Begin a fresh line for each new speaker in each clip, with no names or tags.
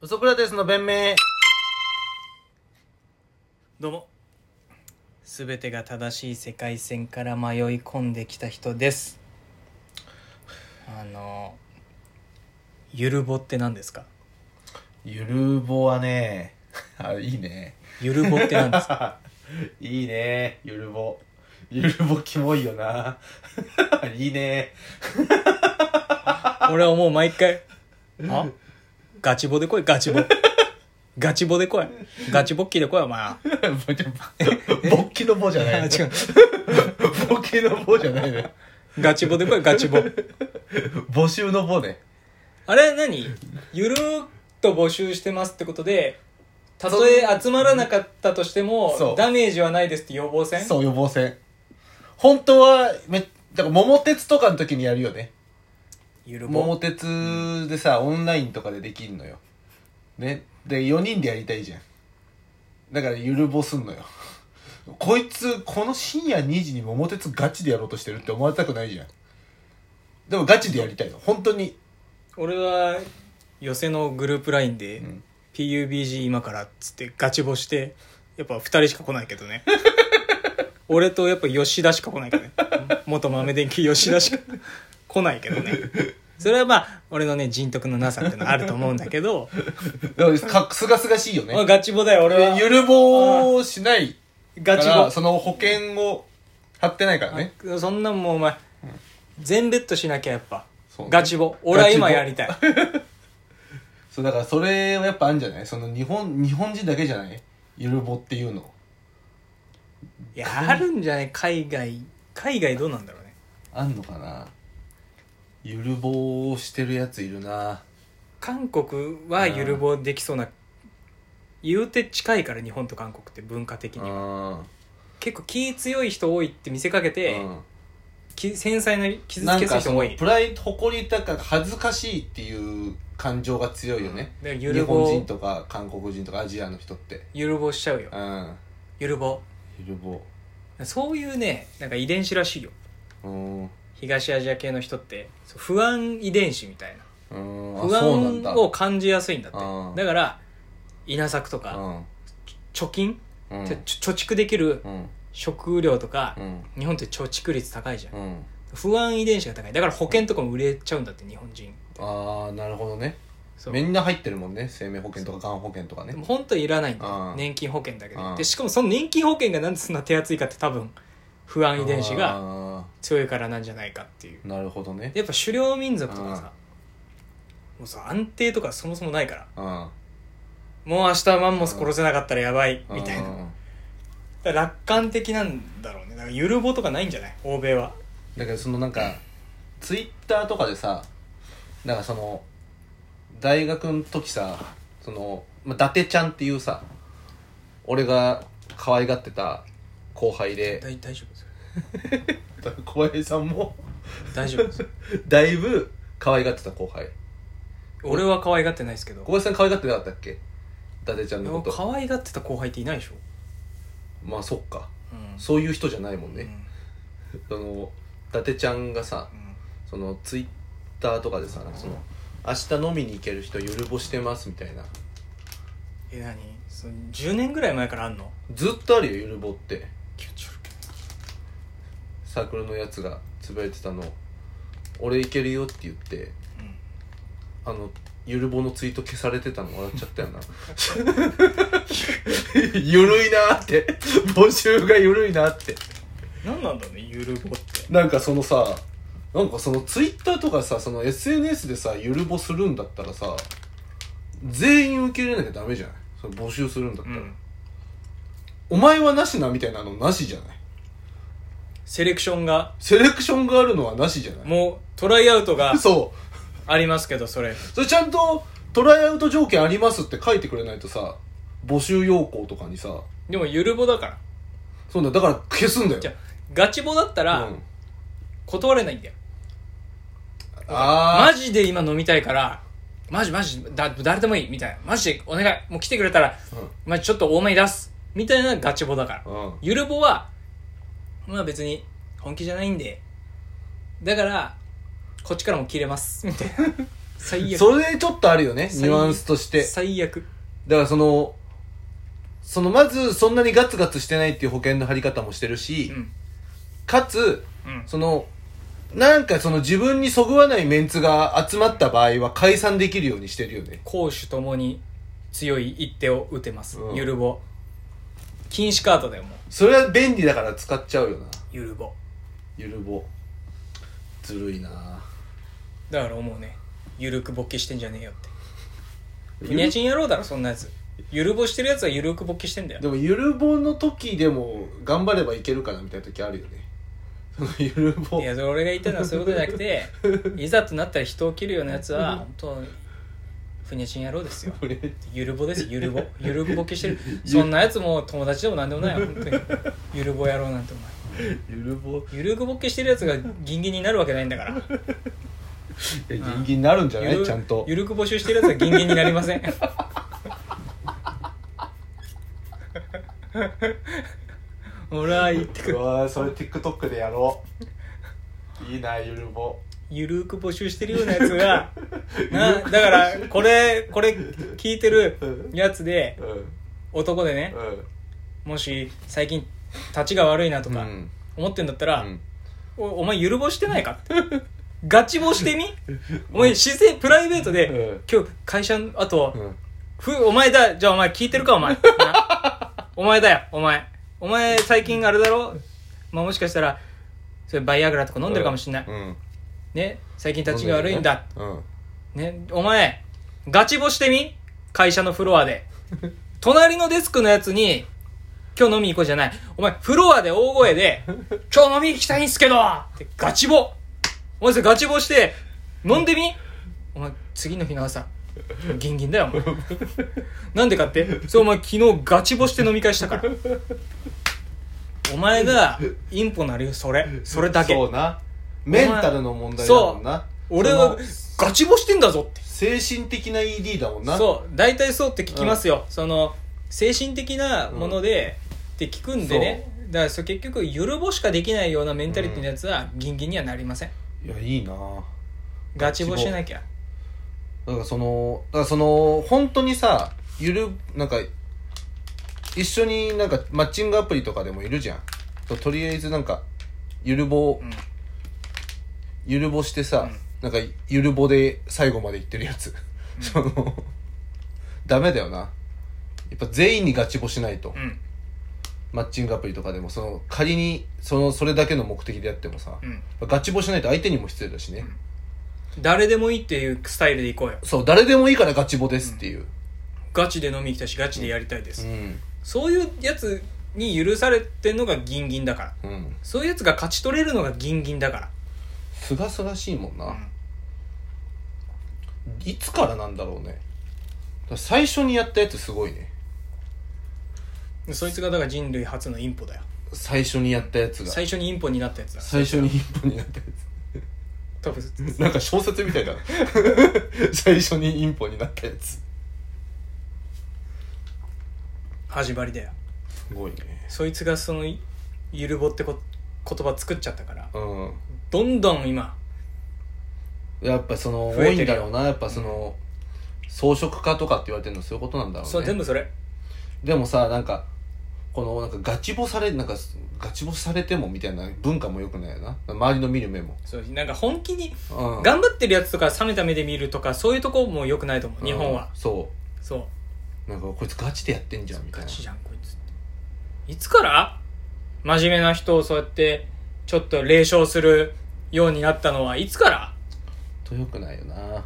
ウソクラテスの弁明
どうも。すべてが正しい世界線から迷い込んできた人です。あの、ゆるぼって何ですか
ゆるぼはねあいいね
ゆるぼって何ですか
いいねゆるぼゆるぼキモいよな いいね
俺はもう毎回、あガチボで来い、ガチボ。ガチボで来い。ガチボッキーで来い、お前は。
勃起のぼじゃ ないの
違う
勃起のぼじゃないね
ガチボで来い、ガチボ。
募集のぼね
あれ何ゆるーっと募集してますってことで、たとえ集まらなかったとして
そ
も
う、
ダメージはないですって予防線
そう予防線本当はめだから桃鉄とかの時にやるよね
ゆるぼ
桃。鉄でさ、オンラインとかでできんのよ。ね。で、4人でやりたいじゃん。だから、ゆるぼすんのよ。こいつ、この深夜2時に桃鉄ガチでやろうとしてるって思われたくないじゃん。でもガチでやりたいの。本当に。
俺は寄せのグループラインで、PUBG 今からっつってガチボしてやっぱ2人しか来ないけ どね俺とやっぱ吉田しか来ないけどね元豆電球吉田しか来ないけどねそれはまあ俺のね人徳のなさっていうのはあると思うんだけど、
だからか、すがすがしいよね
まあ。ガチボだよ俺は
ゆるぼをしないか
ガチ
ら、そ
ボ
の保険を張ってないからね。
そんなんもうお前全ベッドしなきゃやっぱ、
そうね
ガチボ俺は今
ガチボ
やりたい
そう、だからそれはやっぱあるんじゃないその日本、日本人だけじゃないゆるぼっていうの。
いやあるんじゃない海外海外どうなんだろうね
あんのかなゆるぼうしてるやついるな
韓国はゆるぼできそうな言うて近いから日本と韓国って文化的
う
に
ん、うん
結構気強い人多いって見せかけて、き繊細な傷
な
つ
ん
けす
か
人
そ
も多
の
い
プライド誇り高く恥ずかしいっていう感情が強いよね、
でゆ
日
る
本
ぼ
人とか韓国人とかアジアの人って
ゆるぼしちゃうよ
うん
ゆるぼ
ゆるぼ
そういうねなんか遺伝子らしいよ
ううん
東アジア系の人ってそう不安遺伝子みたいな
うん
不
あそうなんだ
安を感じやすいんだって
あー
だから稲作とか貯金、
うんうん
ちょ貯蓄できる
うん
食料とか
う、ん
日本って貯蓄率高いじゃん
うん
不安遺伝子が高いだから保険とかも売れちゃうんだって日本人
ああなるほどね
そう
みんな入ってるもんね生命保険とかがん保険とかね
でも本当にいらないんだ
あ
よ
あ
年金保険だけで
ああ
でしかもその年金保険がなんでそんな手厚いかって多分不安遺伝子が
が
強いからなんじゃないかっていう
なるほどね
やっぱ狩猟民族とか
ああ
さもうさ安定とかそもそもないから
うん
もう明日マンモス殺せなかったらやばいみたいな
うん
だから楽観的なんだろうねだからゆるぼとかないんじゃない欧米は
だからそのなんかツイッターとかでさなんかその大学の時さその、まあ、伊達ちゃんっていうさ俺が可愛がってた後輩で
大大丈夫ですよ
小林さんも
大丈 夫ですよ
だいぶ可愛がってた後輩
俺は可愛がってないですけど
小林さん可愛がってなかったっけ伊達ちゃんのこと
可愛がってた後輩っていないでしょ
まあそっか
うん
そういう人じゃないもん
う
ね、
ん
その伊達ちゃんがさ
うん
そのツイッターとかでさなんかその明日飲みに行ける人ゆるぼしてますみたいな
え何その10年ぐらい前からあんの
ずっとあるよゆるぼってサークルのやつがつぶやいてたの俺いけるよって言って
うん
あのゆるぼのツイート消されてたの笑っちゃったよな ゆるいなーって募集がゆるいなって
何なんだろうねゆるぼって
なんかそのさなんかそのツイッターとかさその SNS でさゆるぼするんだったらさ全員受け入れなきゃダメじゃないその募集するんだった
う
ら、
ん
お前はなしなみたいなのなしじゃない
セレクションが
セレクションがあるのはなしじゃない
もうトライアウトが
そう
ありますけどそれ
それちゃんとトライアウト条件ありますって書いてくれないとさ募集要項とかにさ
でもゆるぼだから
そうなんだだから消すんだよ
じゃあガチぼだったら
うん
断れないんだよ、
あ
マジで今飲みたいからマジマジだ誰でもいいみたいなマジでお願いもう来てくれたら
ー
まあちょっと多めに出すみたいなガチぼだから
うんうん
ゆるぼはまあ別に 本気じゃないんでだからこっちからも切れますみたいな最悪
それちょっとあるよねニ
最悪
ュアンスとして
最悪
だからそのそのまずそんなにガツガツしてないっていう保険の張り方もしてるし、
うん
かつ
うん
そのなんかその自分にそぐわないメンツが集まった場合は解散できるようにしてるよね
攻守ともに強い一手を打てます、
うん
ゆるぼ禁止カードだよもう
それは便利だから使っちゃうよな
ゆるぼ
ゆるぼずるいな
だから思うねゆるく勃起してんじゃねえよっ
ゆ
て
る
ふにゃちんやろうだろそんなやつゆるぼしてるやつはゆるく勃起してんだよ
でもゆるぼの時でも頑張ればいけるかなみたいな時あるよねそのゆるぼ
いやそれ俺が言ったのはそういうことじゃなく ていざとなったら人を切るようなやつは本当ふにゃちん野郎ですよ
これ
ゆるぼですゆるぼ ゆるぼっけしてるそんなやつもう友達でも何でもないよ本当にゆるぼ野郎なんてお
ゆるぼい
前ゆるくぼっけしてるやつがギンギンになるわけないんだから
やギンギンになるんじゃな
ゆ
い
る
ちゃんと
ゆるく募集してるやつはギンギンになりませんほら言ってく
う
る
わーそれ TikTok でやろういいなゆるぼ
ゆるく募集してるようなやつがなだからこれこれ聞いてるやつで
うんうん
男でねもし最近立ちが悪いなと
う
か
ん
思ってんだったら、
うん
おお前ゆるぼしてないかってガチぼしてみお前自然プライベートで、
うん
今日会社のあと、
うん
ふ、お前だ、じゃあお前聞いてるか、お前。なお前だよ、お前。お前最近あれだろまあもしかしたら、それバイアグラとか飲んでるかもしんない。
うん
ね、最近立ちが悪いんだ。
うん
ね、お前、ガチボしてみ会社のフロアで。隣のデスクのやつに、今日飲み行こうじゃない。お前、フロアで大 声で、今日飲み行きたいんすけどってガチボお前それガチボして、飲んでみお前、次の日の朝、ギンギンだ よ、お前。なんでかってそう、お前、昨日ガチボして飲み会したから。お前が、インポなるよ、それ。それだけ。
そうなメンタルの問題だもんな
俺
そ
は
の、
ガチボしてんだぞって。
精神的な ED だもんな
そう大体そうって聞きますよ、その精神的なもので、って聞くんでねだからそれ結局ゆるぼしかできないようなメンタリティのやつはギンギンにはなりません
いやいいな
ガチぼしなきゃ
だからそのだからその本当にさゆるなんか一緒になんかマッチングアプリとかでもいるじゃんととりあえずなんかゆるぼ、
うん
ゆるぼしてさ、
うん
なんかゆるぼで最後までいってるやつ、そのダメだよなやっぱ全員にガチぼしないと、
うん
マッチングアプリとかでもその仮にそのそれだけの目的でやってもさ、
うん
ガチぼしないと相手にも失礼だしね、
誰でもいいっていうスタイルでいこうよ
そう誰でもいいからガチぼですっていう、
ガチで飲みに来たしガチでやりたいです、
うん
そういうやつに許されてんのがギンギンだから
うん
そういうやつが勝ち取れるのがギンギンだか
すがすがしいもんな、
ら、
いつからなんだろうねだから最初にやったやつすごいね
うんそいつがだから人類初のインポだよ
最初にやったやつが
最初にインポになったやつだ
最初に一本にやったや
多 分
つなんか小説みたい だな最初にインポになったやつす
始まりだよ
ごいね
そいつがそのゆるぼってこ言葉作っちゃったから
うん
どんどん今
やっぱその
増
多
え
い
て
ん
る
だ
よ
ろうなやっぱその、装飾家とかって言われてるのそういうことなんだろ
そうう全
ね
部それ
でもさなんかこのなんかガチボされなんかガチボされてもみたいな文化もよくないよな周りの見る目も、
そうなんか本気に
うん、
頑張ってるやつとか冷めた目で見るとかそういうとこも良くないと思う日本は
うんそ
そう
うなんかこいつガチでやってんじゃんみたい
ガ
な
チじゃんこいつっていつから真面目な人をそうやってちょっと冷笑するようになったのはいつから
とよくないよな
本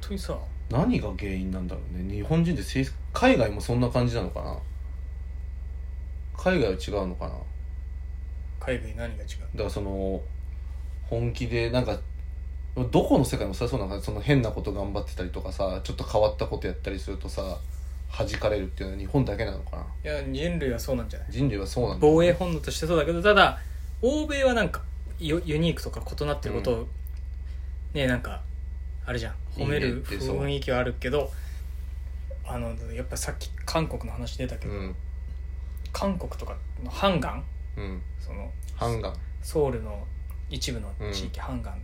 当にさ
何が原因なんだろうね日本人ってせい海外もそんな感じなのかな海外は違うのかなだか
海外何が違う
らその本気でなんかどこの世界もそりゃそうなのかなその変なこと頑張ってたりとかさちょっと変わったことやったりするとさ弾かれるっていうのは日本だけなのかない
や人類はそうなんじゃない
人類はそうなんだ
防衛本能としてそうだけどただ欧米はなんかユユニークとか異なってることを、ねなんかあれじゃん褒め
いいね
る
ってそう
雰囲気はあるけどあのやっぱさっき韓国の話出たけ
う
ど、
ん
韓国とかのハンガン
うん
その
ハンガン
ソウルの一部の地域、ハンガンっ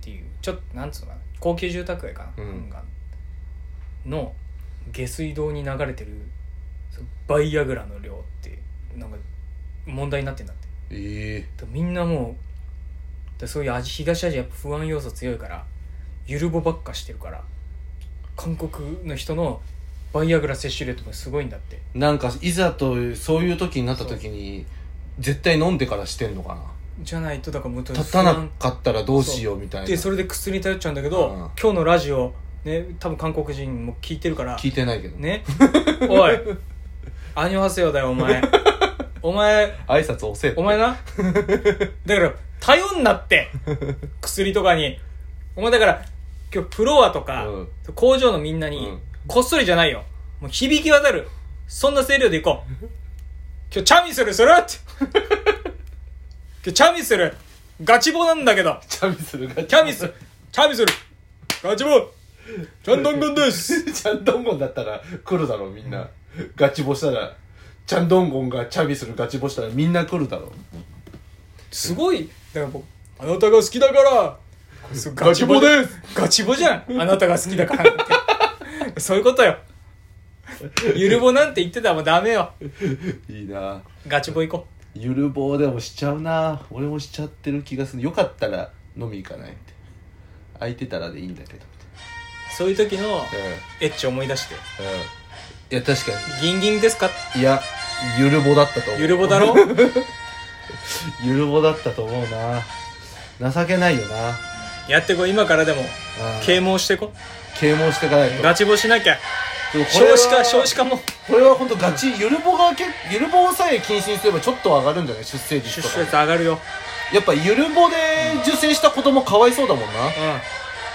ていうちょっとなんつうのかな高級住宅街かな、
うん
がの下水道に流れてるそのバイアグラの量ってなんか問題になってんだって
え
だからみんなもうでそういうアジ東アジアやっぱ不安要素強いからゆるぼばっかしてるから韓国の人のバイアグラ摂取量とかすごいんだって
えなんかいざとそういう時になった時に絶対飲んでからしてんのかな
じゃないとだからもう
立たなかったらどうしようみたいな
でそれで薬に頼っちゃうんだけど、
うん
今日のラジオね多分韓国人も聞いてるから
聞いてないけど
ねお いアニョハセヨだよお前お前
挨拶遅えって
お前なだから頼んなって薬とかにお前だから今日プロアとか、
うん
工場のみんなに、
うん
こっそりじゃないよもう響き渡るそんな声量でいこう今日チャミするするって今日チャミするガチボなんだけど
チャミするが
チャミス、チャミスル、ガチボン、チャンドンゴンです。
ちゃんどんごんだったら来るだろうみんなガチボしたらちゃんどんごんがチャビするガチボしたらみんな来るだろう
すごい、だから僕、あなたが好きだから、。
ガチボです
ガチボじゃん、あなたが好きだからって。そういうことよ。ゆるぼなんて言ってたらもうダメよ。
いいな
ガチボ行こ
ゆる棒でもしちゃうな俺もしちゃってる気がするよかったら飲み行かないって空いてたらでいいんだけど
う。そういう時の
うんうん
エッチ思い出して、
いや確か
ギンギンですか
にいやゆる棒だったと思う
ゆるぼだろ
ゆる棒だったと思うな情けないよな
やってこい、今からでも、
うん
啓蒙してこ。
啓蒙していかないと
ガチボしなきゃ。
ちょっとこれ
少
は
子化、少子化も。
これは本当ガチゆるぼがけゆるぼさえ禁止にすればちょっと上がるんじゃない出生率
出
とか
生率上がるよ。
やっぱゆるぼで受精した子供かわいそうだもんな
う